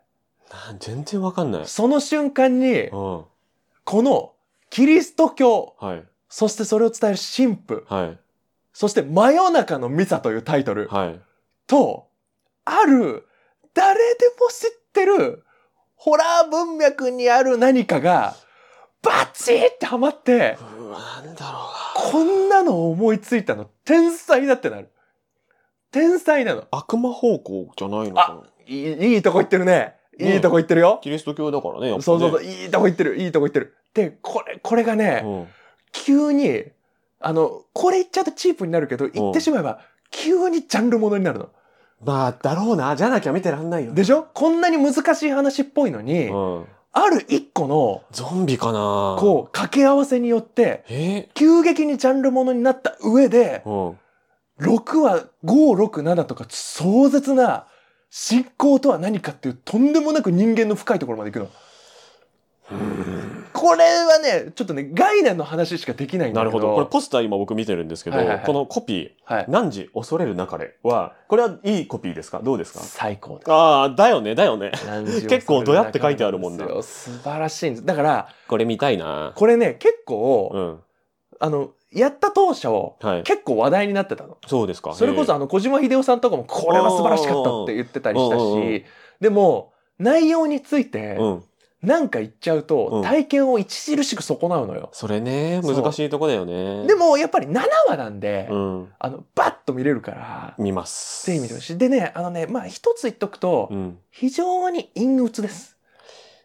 [SPEAKER 2] な全然わかんない。
[SPEAKER 3] その瞬間に
[SPEAKER 2] う、ん。
[SPEAKER 3] この、キリスト教、
[SPEAKER 2] はい。
[SPEAKER 3] そしてそれを伝える神父、
[SPEAKER 2] はい。
[SPEAKER 3] そして真夜中のミサというタイトル、
[SPEAKER 2] はい。
[SPEAKER 3] と、ある、誰でも知ってる、ホラー文脈にある何かが、バチーってハマって、
[SPEAKER 2] うわ、なんだろうな。
[SPEAKER 3] こんなの思いついたの、天才だってなる。天才なの。
[SPEAKER 2] 悪魔方向じゃないのかない
[SPEAKER 3] いいいとこ行ってるね。
[SPEAKER 2] ね
[SPEAKER 3] いいとこ行ってるよ。
[SPEAKER 2] キリスト教だからね、やっぱ、ね。
[SPEAKER 3] そうそうそう、いいとこ行ってる、いいとこ行ってる。で、これ、これがね、
[SPEAKER 2] うん
[SPEAKER 3] 急に、あの、これ言っちゃうとチープになるけど、言ってしまえば、急にジャンルものになるの。
[SPEAKER 2] まあ、だろうな。じゃなきゃ見てらんないよ。
[SPEAKER 3] でしょこんなに難しい話っぽいのに、
[SPEAKER 2] うん。
[SPEAKER 3] ある一個の、
[SPEAKER 2] ゾンビかな
[SPEAKER 3] こう、掛け合わせによって、
[SPEAKER 2] う。え
[SPEAKER 3] 急激にジャンルものになった上で、
[SPEAKER 2] うん。
[SPEAKER 3] 6は5、6、7とか壮絶な信仰とは何かっていうとんでもなく人間の深いところまで行くの。これはね、ちょっとね、概念の話しかできないんだ
[SPEAKER 2] な
[SPEAKER 3] け
[SPEAKER 2] る
[SPEAKER 3] ど。
[SPEAKER 2] ほど。これポスター今僕見てるんですけど、
[SPEAKER 3] はいはいはい
[SPEAKER 2] このコピ
[SPEAKER 3] はい
[SPEAKER 2] ー、。何時恐れるなかれは、これはいいコピーですかどうですか
[SPEAKER 3] 最高だ。
[SPEAKER 2] ああ、だよね、だよね。
[SPEAKER 3] 結
[SPEAKER 2] 結構ドヤって書いてあるもんな
[SPEAKER 3] 素晴らしいんです。だから、
[SPEAKER 2] これ見たいな。
[SPEAKER 3] これね、結構、
[SPEAKER 2] うん。
[SPEAKER 3] あの、やった当初、
[SPEAKER 2] はい。
[SPEAKER 3] 結構話題になってたの。
[SPEAKER 2] そうですか。
[SPEAKER 3] それこそ
[SPEAKER 2] へ
[SPEAKER 3] あの小島秀夫さんとかもこれは素晴らしかったって言ってたりした
[SPEAKER 2] うんうんうん
[SPEAKER 3] し、でも内容について
[SPEAKER 2] え、うん。
[SPEAKER 3] なんか言っちゃう
[SPEAKER 2] う
[SPEAKER 3] と
[SPEAKER 2] ん
[SPEAKER 3] 体験を著しく損なうのよ。
[SPEAKER 2] それね、
[SPEAKER 3] そう
[SPEAKER 2] 難しいとこだよね。
[SPEAKER 3] で、もやっぱり7話なんで、
[SPEAKER 2] うん。
[SPEAKER 3] あの、バッと見れるから、
[SPEAKER 2] 見ます。
[SPEAKER 3] ぜひ見てほしい。でね、あのね、まあ一つ言っとくと
[SPEAKER 2] う、ん。
[SPEAKER 3] 非常に陰鬱です。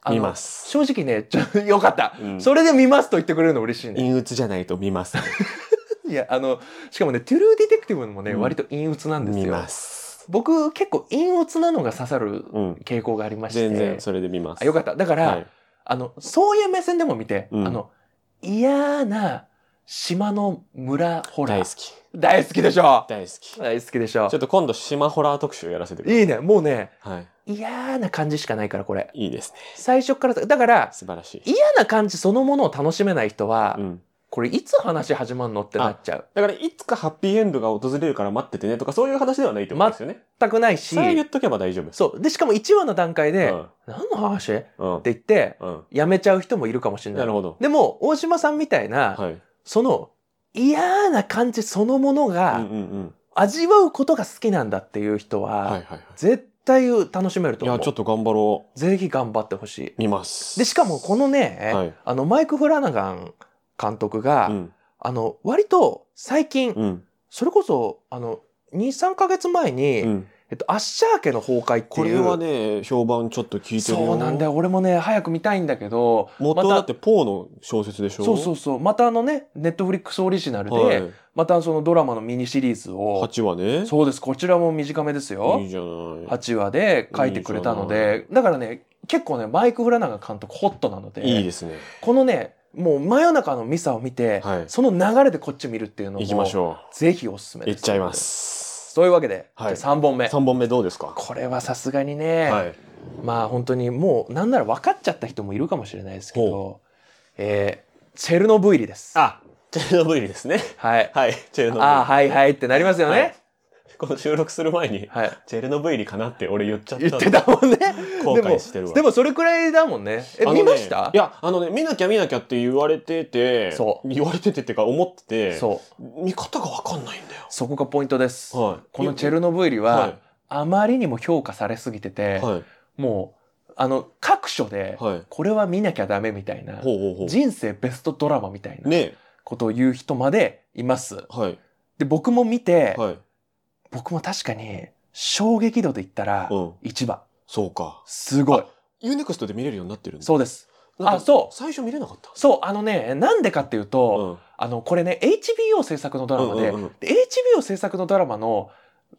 [SPEAKER 3] あの
[SPEAKER 2] 見ます。
[SPEAKER 3] 正直ね、ちょよかった。
[SPEAKER 2] うん
[SPEAKER 3] それで見ますと言ってくれるの嬉しいね。
[SPEAKER 2] 陰鬱じゃないと見ます。
[SPEAKER 3] いや、あの、しかもね、トゥルーディテクティブもね、
[SPEAKER 2] うん
[SPEAKER 3] 割と陰鬱なんです
[SPEAKER 2] 見
[SPEAKER 3] よ。
[SPEAKER 2] ます。
[SPEAKER 3] 僕結構陰鬱なのが刺さる
[SPEAKER 2] うん。
[SPEAKER 3] 傾向がありまして
[SPEAKER 2] 全然それで見ます。
[SPEAKER 3] あよかっただから、
[SPEAKER 2] はい。
[SPEAKER 3] あのそういう目線でも見て、
[SPEAKER 2] うん
[SPEAKER 3] あの嫌な島の村ホラー
[SPEAKER 2] 大好き。
[SPEAKER 3] 大好きでしょ
[SPEAKER 2] 大好き。ち
[SPEAKER 3] 大好きでしょ
[SPEAKER 2] ょっと今度島ホラー特集やらせてください。
[SPEAKER 3] いいねもうね
[SPEAKER 2] はい。
[SPEAKER 3] 嫌な感じしかないからこれ
[SPEAKER 2] いいですね。
[SPEAKER 3] 最初からだから
[SPEAKER 2] 素晴らしい。
[SPEAKER 3] 嫌な感じそのものを楽しめない人は、
[SPEAKER 2] うん。
[SPEAKER 3] これいつ話始まるのってなっちゃう
[SPEAKER 2] だからいつかハッピーエンドが訪れるから待っててねとかそういう話ではないってことですよね。
[SPEAKER 3] 全くないし
[SPEAKER 2] さえ言っとけば大丈夫。
[SPEAKER 3] そうでしかも1話の段階で、
[SPEAKER 2] う
[SPEAKER 3] 何の話って
[SPEAKER 2] ん。うん。
[SPEAKER 3] 言って
[SPEAKER 2] うん。
[SPEAKER 3] やめちゃう人もいるかもしれない
[SPEAKER 2] なるほど。
[SPEAKER 3] でも大島さんみたいな、
[SPEAKER 2] はい。
[SPEAKER 3] その嫌な感じそのもの
[SPEAKER 2] うん
[SPEAKER 3] が
[SPEAKER 2] うんうん。
[SPEAKER 3] 味わうことが好きなんだっていう人
[SPEAKER 2] はいはい
[SPEAKER 3] は
[SPEAKER 2] はい。
[SPEAKER 3] 絶対楽しめると
[SPEAKER 2] い
[SPEAKER 3] 思う。
[SPEAKER 2] や、ちょっと頑張ろ
[SPEAKER 3] ぜひ頑張ってほしい。
[SPEAKER 2] う。見ます。
[SPEAKER 3] でしかもこのね、
[SPEAKER 2] はい
[SPEAKER 3] あのマイク・フラナガン監督が、
[SPEAKER 2] うん。
[SPEAKER 3] あの、割と最近、
[SPEAKER 2] うん。
[SPEAKER 3] それこそ、あの、2、3ヶ月前に、
[SPEAKER 2] うん。
[SPEAKER 3] えっと、アッシャー家の崩壊って
[SPEAKER 2] こ
[SPEAKER 3] い
[SPEAKER 2] れ
[SPEAKER 3] う。
[SPEAKER 2] はね、評判ちょっと聞いてるよ。
[SPEAKER 3] そうなんだよ。俺もね、早く見たいんだけど、
[SPEAKER 2] 元
[SPEAKER 3] ま
[SPEAKER 2] は
[SPEAKER 3] た
[SPEAKER 2] だってポーの小説でしょ
[SPEAKER 3] そうそうそう。またあのね、ネットフリックスオリジナルで、
[SPEAKER 2] はい。
[SPEAKER 3] またそのドラマのミニシリーズを、
[SPEAKER 2] 八話ね。
[SPEAKER 3] そうです。こちらも短めですよ
[SPEAKER 2] いい。じゃな
[SPEAKER 3] 8話で書いてくれたので、だからね、結構ね、マイク・フラナガン監督ホットなので、
[SPEAKER 2] い。いいですね。
[SPEAKER 3] このね、もう真夜中のミサを見て、
[SPEAKER 2] はい
[SPEAKER 3] その流れでこっち見るっていうのも、
[SPEAKER 2] 行きましょ
[SPEAKER 3] ぜひおすす
[SPEAKER 2] う。
[SPEAKER 3] めで
[SPEAKER 2] 行
[SPEAKER 3] す。
[SPEAKER 2] っちゃいま。す。
[SPEAKER 3] そういうわけで、
[SPEAKER 2] はい
[SPEAKER 3] じゃあ3本目。
[SPEAKER 2] 三本目どうですか
[SPEAKER 3] これはさすがにね、
[SPEAKER 2] はい。
[SPEAKER 3] まあ本当にもう、なんなら分かっちゃった人もいるかもしれないですけど、えー、チェルノブイリです。
[SPEAKER 2] あ、チェルノブイリですね。
[SPEAKER 3] はい。
[SPEAKER 2] はい、チェルノブイリ。
[SPEAKER 3] ああ、はいはいってなりますよね。
[SPEAKER 2] この収録する前に、
[SPEAKER 3] はい。
[SPEAKER 2] チェルノブイリかなって俺言っちゃった
[SPEAKER 3] 言ってたもんね。
[SPEAKER 2] 後
[SPEAKER 3] でも
[SPEAKER 2] 悔してるわ。
[SPEAKER 3] でもそれくらいだもんね。え、
[SPEAKER 2] あのね
[SPEAKER 3] 見ました
[SPEAKER 2] いや、あのね、見なきゃ見なきゃって言われてて、
[SPEAKER 3] そう
[SPEAKER 2] 言われててってか思ってて、
[SPEAKER 3] そう。
[SPEAKER 2] 見方がわかんないんだよ。
[SPEAKER 3] そこがポイントです。
[SPEAKER 2] はい。
[SPEAKER 3] このチェルノブイリは、
[SPEAKER 2] は
[SPEAKER 3] あまりにも評価されすぎてて、
[SPEAKER 2] い。はい。
[SPEAKER 3] もう、あの、各所で、
[SPEAKER 2] はい。
[SPEAKER 3] これは見なきゃダメみたいな、
[SPEAKER 2] ほうほうほう。
[SPEAKER 3] 人生ベストドラマみたいな
[SPEAKER 2] ね
[SPEAKER 3] ことを言う人までいます。
[SPEAKER 2] はい。
[SPEAKER 3] で、僕も見て、
[SPEAKER 2] はい。
[SPEAKER 3] 僕も確かに、衝撃度で言ったら、
[SPEAKER 2] うん。
[SPEAKER 3] 一番。
[SPEAKER 2] そうか。
[SPEAKER 3] すごい。
[SPEAKER 2] ユーネクストで見れるようになってるんだ。
[SPEAKER 3] そうです。
[SPEAKER 2] なんか
[SPEAKER 3] あそう
[SPEAKER 2] 最初見れなかった。
[SPEAKER 3] そう、あのね、なんでかっていうと、
[SPEAKER 2] うん。
[SPEAKER 3] あの、これね、HBO 制作のドラマで、
[SPEAKER 2] うんうんうん
[SPEAKER 3] で HBO 制作のドラマの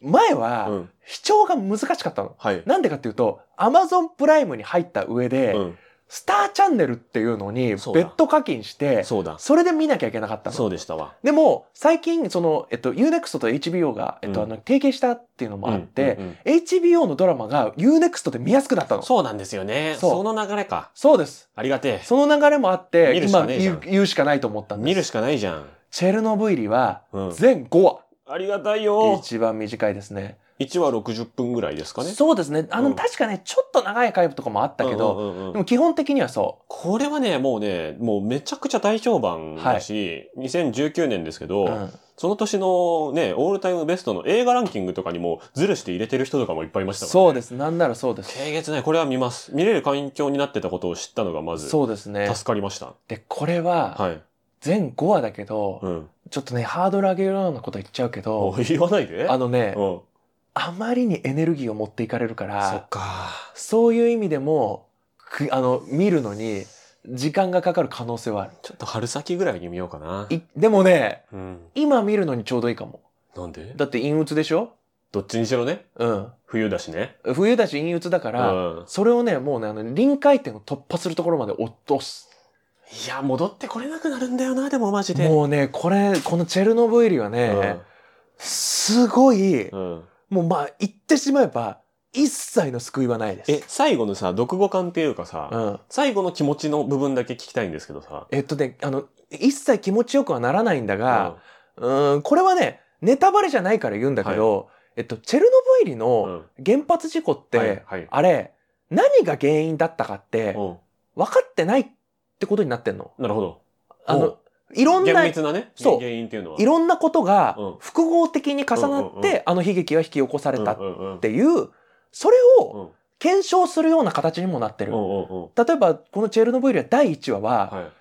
[SPEAKER 3] 前は、
[SPEAKER 2] うん。
[SPEAKER 3] 視聴が難しかったの。
[SPEAKER 2] はい。
[SPEAKER 3] なんでかっていうと、Amazon プライムに入った上で、
[SPEAKER 2] うん。
[SPEAKER 3] スターチャンネルっていうのに
[SPEAKER 2] そうだ
[SPEAKER 3] 別途課金して、そ
[SPEAKER 2] そうだ。
[SPEAKER 3] れで見なきゃいけなかったの。
[SPEAKER 2] そうでしたわ。
[SPEAKER 3] でも、最近、その、えっと、UNEXT と HBO が、えっと、
[SPEAKER 2] う
[SPEAKER 3] あ
[SPEAKER 2] ん
[SPEAKER 3] の、提携したっていうのもあって、
[SPEAKER 2] うんうんうん
[SPEAKER 3] HBO のドラマが UNEXT で見やすくなったの。
[SPEAKER 2] そうなんですよね。
[SPEAKER 3] そう
[SPEAKER 2] その流れか。
[SPEAKER 3] そうです。
[SPEAKER 2] ありがてえ。
[SPEAKER 3] その流れもあって、
[SPEAKER 2] 見るしか
[SPEAKER 3] 今
[SPEAKER 2] ねえじゃ
[SPEAKER 3] 言
[SPEAKER 2] ん
[SPEAKER 3] う言うしかないと思ったんです。
[SPEAKER 2] 見るしかないじゃん。
[SPEAKER 3] チェルノブイリは、
[SPEAKER 2] うん。
[SPEAKER 3] 全5話。
[SPEAKER 2] ありがたいよ。
[SPEAKER 3] 一番短いですね。
[SPEAKER 2] 1話60分ぐらいですかね。
[SPEAKER 3] そうですね。あの、
[SPEAKER 2] うん
[SPEAKER 3] 確かね、ちょっと長い回とかもあったけど、
[SPEAKER 2] うんうんうんうん
[SPEAKER 3] でも基本的にはそ
[SPEAKER 2] これはね、もうね、もうめちゃくちゃ大評判だし、2019年ですけ
[SPEAKER 3] う。
[SPEAKER 2] ど、
[SPEAKER 3] うん
[SPEAKER 2] その年のね、オールタイムベストの映画ランキングとかにもズルして入れてる人とかもいっぱいいましたから、ね。
[SPEAKER 3] そうです。なんならそうです。
[SPEAKER 2] 軽月ね、これは見ます。見れる環境になってたことを知ったのがまず、
[SPEAKER 3] そうですね。
[SPEAKER 2] 助かりました。
[SPEAKER 3] で、これは、
[SPEAKER 2] はい。
[SPEAKER 3] 全5話だけど、
[SPEAKER 2] うん。
[SPEAKER 3] ちょっとね、ハードル上げるようなこと言っちゃうけ
[SPEAKER 2] も
[SPEAKER 3] ど、
[SPEAKER 2] う言わないで。
[SPEAKER 3] あのね、
[SPEAKER 2] うん。
[SPEAKER 3] あまりにエネルギーを持っていかれるか
[SPEAKER 2] そ
[SPEAKER 3] ら
[SPEAKER 2] っ、か。
[SPEAKER 3] そういう意味でも、くあの、見るのに、時間がかかる可能性はあ
[SPEAKER 2] ちょっと春先ぐらいに見ようかな。
[SPEAKER 3] る。いでもね、
[SPEAKER 2] うん。
[SPEAKER 3] 今見るのにちょうどいいかも。
[SPEAKER 2] なんで
[SPEAKER 3] だって陰鬱でしょ
[SPEAKER 2] どっちにしろね、
[SPEAKER 3] うん。
[SPEAKER 2] 冬だしね。
[SPEAKER 3] 冬だし陰鬱だか
[SPEAKER 2] う
[SPEAKER 3] ら、
[SPEAKER 2] ん。
[SPEAKER 3] それをね、もうね、あの、臨界点を突破するところまで落とす。
[SPEAKER 2] いや、戻ってこれなくなるんだよな、でもマジで。
[SPEAKER 3] もうね、これ、このチェルノブイリはね、すごい、
[SPEAKER 2] うん。うん
[SPEAKER 3] もうまあ、言ってしまえば、一切の救いはないです。
[SPEAKER 2] え、最後のさ、読語感っていうかさ、
[SPEAKER 3] うん。
[SPEAKER 2] 最後の気持ちの部分だけ聞きたいんですけどさ。
[SPEAKER 3] えっとね、あの、一切気持ちよくはならないんだが、
[SPEAKER 2] う
[SPEAKER 3] うーん、これはね、ネタバレじゃないから言うんだけど、えっと、チェルノブイリ
[SPEAKER 2] んう
[SPEAKER 3] の
[SPEAKER 2] ん
[SPEAKER 3] 原発事故って、
[SPEAKER 2] はいはい
[SPEAKER 3] あれ、何が原因だったかって、
[SPEAKER 2] うん
[SPEAKER 3] 分かってないってことになってんの。
[SPEAKER 2] なるほど。
[SPEAKER 3] あ
[SPEAKER 2] お
[SPEAKER 3] の
[SPEAKER 2] う、
[SPEAKER 3] いろんな
[SPEAKER 2] 厳密なね、
[SPEAKER 3] そう
[SPEAKER 2] 原因っていうのは。
[SPEAKER 3] いろんなことが
[SPEAKER 2] うん
[SPEAKER 3] 複合的に重な
[SPEAKER 2] うん
[SPEAKER 3] っ
[SPEAKER 2] うんうん
[SPEAKER 3] てあの悲劇は引き起こされたっ
[SPEAKER 2] うんうんうん
[SPEAKER 3] ていうそれ
[SPEAKER 2] う
[SPEAKER 3] を
[SPEAKER 2] ん
[SPEAKER 3] 検証するような形にもなってる
[SPEAKER 2] う。んうんうん
[SPEAKER 3] 例えばこの「チェルノブイリ」は第1話は
[SPEAKER 2] はい。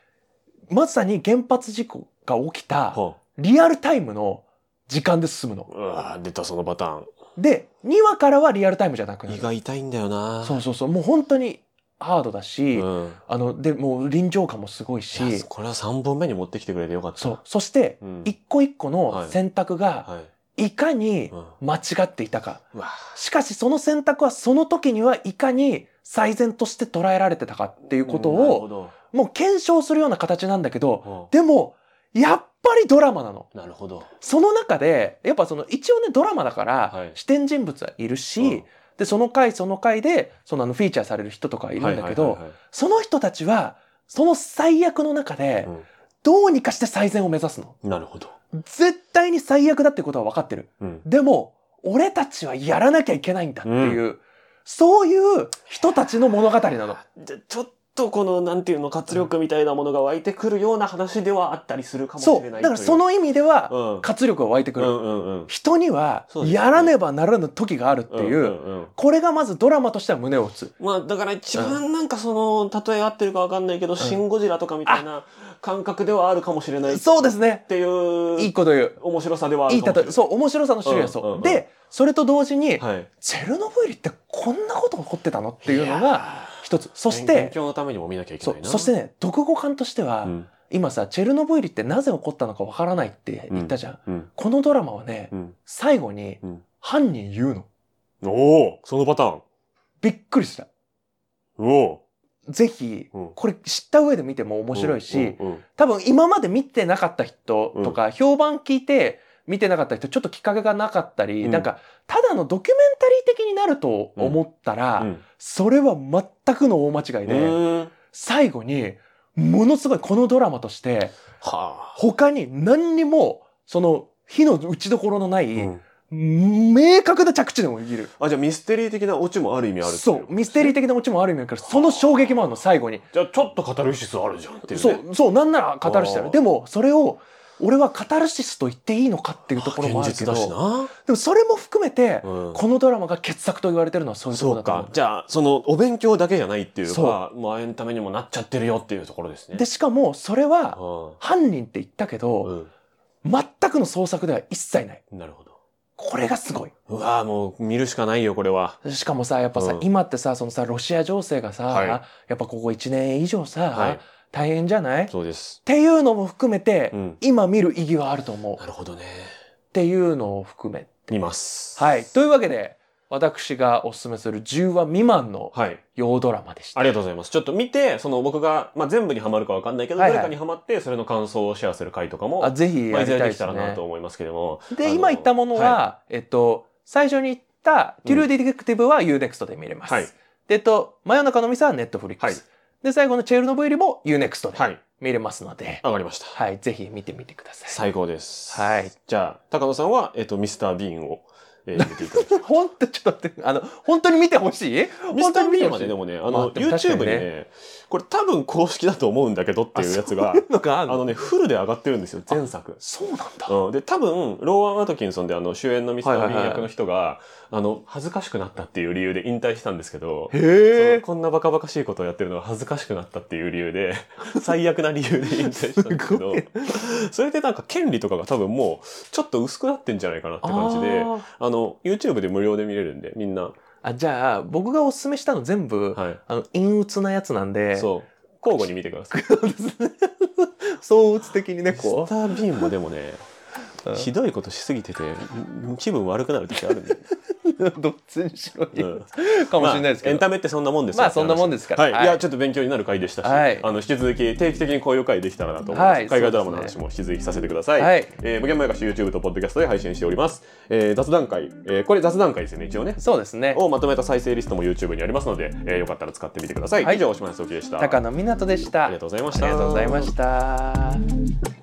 [SPEAKER 3] まさに原発事故が起きた
[SPEAKER 2] は
[SPEAKER 3] リアルタイムの時間で進むの。
[SPEAKER 2] あうわー出たそのパターン。
[SPEAKER 3] で2話からはリアルタイムじゃなくな
[SPEAKER 2] 胃
[SPEAKER 3] る。
[SPEAKER 2] が痛いんだよな。
[SPEAKER 3] そうそうそうもう本当にハードだし、
[SPEAKER 2] うん。
[SPEAKER 3] あのでもう臨場感もすごいし
[SPEAKER 2] いやこれは3本目に持ってきてくれてよかった。
[SPEAKER 3] そうそして
[SPEAKER 2] うん。
[SPEAKER 3] 一個一個の選択が
[SPEAKER 2] はい。
[SPEAKER 3] いかに
[SPEAKER 2] うん。
[SPEAKER 3] 間違っていたか。
[SPEAKER 2] うわ
[SPEAKER 3] しかしその選択はその時にはいかに最善として捉えられてたかっていうこと
[SPEAKER 2] なるほ
[SPEAKER 3] を
[SPEAKER 2] ど
[SPEAKER 3] もう検証するような形なんだけど、
[SPEAKER 2] う
[SPEAKER 3] でもやっぱりドラマなの。
[SPEAKER 2] んなるほど。
[SPEAKER 3] その中で、やっぱその一応ねドラマだから、
[SPEAKER 2] はい
[SPEAKER 3] 視点人物はいるし、
[SPEAKER 2] うん
[SPEAKER 3] で、その回その回で、そのあのフィーチャーされる人とかいるんだけど、
[SPEAKER 2] はいはいはいはい
[SPEAKER 3] その人たちは、その最悪の中で
[SPEAKER 2] うん、
[SPEAKER 3] どうにかして最善を目指すの。
[SPEAKER 2] なるほど。
[SPEAKER 3] 絶対に最悪だってことは分かってる。
[SPEAKER 2] うん。
[SPEAKER 3] でも、俺たちはやらなきゃいけないんだっていう、
[SPEAKER 2] う
[SPEAKER 3] そういう人たちの物語なの。
[SPEAKER 2] でちょっとこの、なんていうの、活力みたいなものが湧いてくるような話ではあったりするかもしれ
[SPEAKER 3] そ
[SPEAKER 2] な
[SPEAKER 3] う。
[SPEAKER 2] い
[SPEAKER 3] だから
[SPEAKER 2] という
[SPEAKER 3] そ、の意味では、
[SPEAKER 2] うん。
[SPEAKER 3] 活力が湧いてく
[SPEAKER 2] う
[SPEAKER 3] る。
[SPEAKER 2] んうんうん。っ
[SPEAKER 3] 人には
[SPEAKER 2] そう、ですね
[SPEAKER 3] やらねばならぬ時があるっていう、
[SPEAKER 2] うんうんうん
[SPEAKER 3] これがまずドラマとしては胸を打つ。
[SPEAKER 2] まあ、だから一番なんかその、例え合ってるかわかんないけど、シン・ゴジラとかみたいな、感覚ではあるかもしれないっ
[SPEAKER 3] そうですね。
[SPEAKER 2] ていう、
[SPEAKER 3] いいこと言う。
[SPEAKER 2] 面白さではあ
[SPEAKER 3] い
[SPEAKER 2] る
[SPEAKER 3] い
[SPEAKER 2] かも
[SPEAKER 3] 例
[SPEAKER 2] しれ
[SPEAKER 3] え、そう、面白さの種類はそう。
[SPEAKER 2] うんうんうん
[SPEAKER 3] で、それと同時に、
[SPEAKER 2] ない。はい。っ
[SPEAKER 3] チェルノブイリってこんなこと起こってたのっていうのが、、一つ。そし
[SPEAKER 2] 勉
[SPEAKER 3] て、
[SPEAKER 2] 強のためにも見なきゃいけ
[SPEAKER 3] そ、
[SPEAKER 2] ないうな。
[SPEAKER 3] そして、ね、独語感としては、
[SPEAKER 2] うん。
[SPEAKER 3] 今さ、チェルノブイリってなぜ起こったのかわからないって言ったじゃん。
[SPEAKER 2] うん。
[SPEAKER 3] このドラマはね、
[SPEAKER 2] うん。
[SPEAKER 3] 最後に
[SPEAKER 2] うん
[SPEAKER 3] 犯人言うの。
[SPEAKER 2] おおそのパターン。
[SPEAKER 3] びっくりした。
[SPEAKER 2] お
[SPEAKER 3] ぜひ、
[SPEAKER 2] お
[SPEAKER 3] これ知った上で見ても面白いし、
[SPEAKER 2] うんうん
[SPEAKER 3] 多分今まで見てなかった人とか、評判聞いて見てなかった人、ちょっときっかけがなかったり、
[SPEAKER 2] うん
[SPEAKER 3] なんか、ただのドキュメンタリー的になると思ったら、
[SPEAKER 2] うん
[SPEAKER 3] それは全くの大間違いで、
[SPEAKER 2] うん。
[SPEAKER 3] 最後に、ものすごいこのドラマとして、
[SPEAKER 2] はあ。
[SPEAKER 3] 他に何にも、その、火の打ちどころのない、
[SPEAKER 2] うん
[SPEAKER 3] 明確な着地でもいる。
[SPEAKER 2] あ、じゃあミステリー的なオチもある意味あるってい
[SPEAKER 3] そう。ミステリー的なオチもある意味だから、その衝撃もあるの、最後に。
[SPEAKER 2] じゃあちょっとカタルシスあるじゃんっていう、ね。
[SPEAKER 3] そう、そう、なんならカタルシスだ
[SPEAKER 2] あ
[SPEAKER 3] よ。
[SPEAKER 2] ー
[SPEAKER 3] でも、それを、俺はカタルシスと言っていいのかっていうところもあるけど、
[SPEAKER 2] 現実だし
[SPEAKER 3] で
[SPEAKER 2] な。
[SPEAKER 3] もそれも含めて、
[SPEAKER 2] うん
[SPEAKER 3] このドラマが傑作と言われてるのはそういうところ
[SPEAKER 2] そう
[SPEAKER 3] だと思
[SPEAKER 2] か。じゃあ、その、お勉強だけじゃないっていうか
[SPEAKER 3] そ、
[SPEAKER 2] まあ、エンタメにもなっちゃってるよっていうところですね。
[SPEAKER 3] う。で、しかも、それは、
[SPEAKER 2] う
[SPEAKER 3] 犯人って言ったけど、
[SPEAKER 2] ん。
[SPEAKER 3] 全くの創作では一切ない。
[SPEAKER 2] うん。なるほど。
[SPEAKER 3] これがすごい。
[SPEAKER 2] うわぁ、もう見るしかないよ、これは。
[SPEAKER 3] しかもさ、やっぱさ、
[SPEAKER 2] うん
[SPEAKER 3] 今ってさ、そのさ、ロシア情勢がさ、
[SPEAKER 2] はい
[SPEAKER 3] やっぱここ1年以上さ、
[SPEAKER 2] はい。
[SPEAKER 3] 大変じゃないっ
[SPEAKER 2] そうです。
[SPEAKER 3] ていうのも含めて、
[SPEAKER 2] うん
[SPEAKER 3] 今見る意義はあると思う。っ
[SPEAKER 2] なるほどね。
[SPEAKER 3] ていうのを含め。
[SPEAKER 2] 見ます。
[SPEAKER 3] はい。というわけで、私がおすすめする10話未満の
[SPEAKER 2] はい。
[SPEAKER 3] 洋ドラマでした。
[SPEAKER 2] ありがとうございます。ちょっと見て、その僕が、まあ、全部にはまるかわかんないけど、
[SPEAKER 3] はいはい
[SPEAKER 2] どれかにはまって、それの感想をシェアする回とかも、
[SPEAKER 3] あぜひ
[SPEAKER 2] まあい
[SPEAKER 3] やり
[SPEAKER 2] ずれ
[SPEAKER 3] たい
[SPEAKER 2] で
[SPEAKER 3] で
[SPEAKER 2] き
[SPEAKER 3] す
[SPEAKER 2] たらな
[SPEAKER 3] ね
[SPEAKER 2] と。思いますけども。あ
[SPEAKER 3] で、
[SPEAKER 2] の
[SPEAKER 3] 今言ったものは、
[SPEAKER 2] は
[SPEAKER 3] えっと、最初に言った、
[SPEAKER 2] うん
[SPEAKER 3] トゥルーディテクティブは UNEXT で見れます。
[SPEAKER 2] はい
[SPEAKER 3] で、えっと、真夜中のミスは Netflix。
[SPEAKER 2] はい
[SPEAKER 3] で、最後のチェルノブイリも UNEXT で
[SPEAKER 2] はい。
[SPEAKER 3] 見れますので、
[SPEAKER 2] 上がりました。
[SPEAKER 3] はい、ぜひ見てみてください。
[SPEAKER 2] 最高です。
[SPEAKER 3] はい。
[SPEAKER 2] じゃあ、高野さんは、えっ、と、ミスター・ビーンを、えー、見ていただき
[SPEAKER 3] ほんと、ちょっと待って、あの、本当に見てほしい
[SPEAKER 2] ミス
[SPEAKER 3] 本
[SPEAKER 2] タ
[SPEAKER 3] 当
[SPEAKER 2] ー・
[SPEAKER 3] に
[SPEAKER 2] ビーン
[SPEAKER 3] 見てほ
[SPEAKER 2] は
[SPEAKER 3] し
[SPEAKER 2] ね、
[SPEAKER 3] い
[SPEAKER 2] でもね、あ
[SPEAKER 3] まあ
[SPEAKER 2] の、
[SPEAKER 3] でも確か
[SPEAKER 2] YouTube
[SPEAKER 3] に
[SPEAKER 2] に
[SPEAKER 3] ね
[SPEAKER 2] ね、これ多分公式だと思うんだけどっていうやつが
[SPEAKER 3] あそうい、うのがある
[SPEAKER 2] あ
[SPEAKER 3] の
[SPEAKER 2] のね、フルで上がってるんですよ、前作。
[SPEAKER 3] そうなんだ。
[SPEAKER 2] うん、で、多分、ローアン・アトキンソンであの、主演のミスタ
[SPEAKER 3] はい
[SPEAKER 2] ー・
[SPEAKER 3] は
[SPEAKER 2] ビ
[SPEAKER 3] い
[SPEAKER 2] ー
[SPEAKER 3] は
[SPEAKER 2] ン
[SPEAKER 3] い
[SPEAKER 2] 役の人が、あの、恥ずかしくなったっていう理由で引退したんですけど、
[SPEAKER 3] へ
[SPEAKER 2] そうこんなバカバカしいことをやってるのは恥ずかしくなったっていう理由 で、最悪な理由で引退したんですけど
[SPEAKER 3] すごい、
[SPEAKER 2] それでなんか権利とかが多分もう、ちょっと薄くなってんじゃないかなって感じで、あ
[SPEAKER 3] あー
[SPEAKER 2] の、YouTube で無料で見れるんで、みんな。
[SPEAKER 3] あじゃあ僕がおすすめしたの全部、
[SPEAKER 2] はい。
[SPEAKER 3] あの陰鬱なやつなんで
[SPEAKER 2] そう。交互に見てくだ さい。
[SPEAKER 3] 相鬱的にね
[SPEAKER 2] ミスタ
[SPEAKER 3] こ
[SPEAKER 2] ー・ビーンもでもね、
[SPEAKER 3] うん
[SPEAKER 2] ひどいことしすぎてて、気分悪くなる時あるんで。
[SPEAKER 3] うどっちにしろ いい、
[SPEAKER 2] うん
[SPEAKER 3] かもしれないですけ
[SPEAKER 2] まあエン
[SPEAKER 3] ど、
[SPEAKER 2] タメってそんなもんですよ
[SPEAKER 3] まあそんなもんですから
[SPEAKER 2] はい、、
[SPEAKER 3] はいい
[SPEAKER 2] やちょっと勉強になる回でしたし、
[SPEAKER 3] はい
[SPEAKER 2] あの引き続き定期的にこういう回できたらなと思います、
[SPEAKER 3] はい
[SPEAKER 2] 海外ドラマの
[SPEAKER 3] そうで
[SPEAKER 2] 話
[SPEAKER 3] す
[SPEAKER 2] も引き続きさせてください、
[SPEAKER 3] はい
[SPEAKER 2] えー無限前貸し YouTube とポッドキャストで配信しております、えー雑談会、えーこれ雑談会ですよね一応ね
[SPEAKER 3] そうですね
[SPEAKER 2] をまとめた再生リストも YouTube にありますので、えーよかったら使ってみてください、
[SPEAKER 3] はい
[SPEAKER 2] 以上おしまいのすおきでした
[SPEAKER 3] 高野湊斗でした
[SPEAKER 2] ありがとうございまし
[SPEAKER 3] あ
[SPEAKER 2] た
[SPEAKER 3] りがとうございました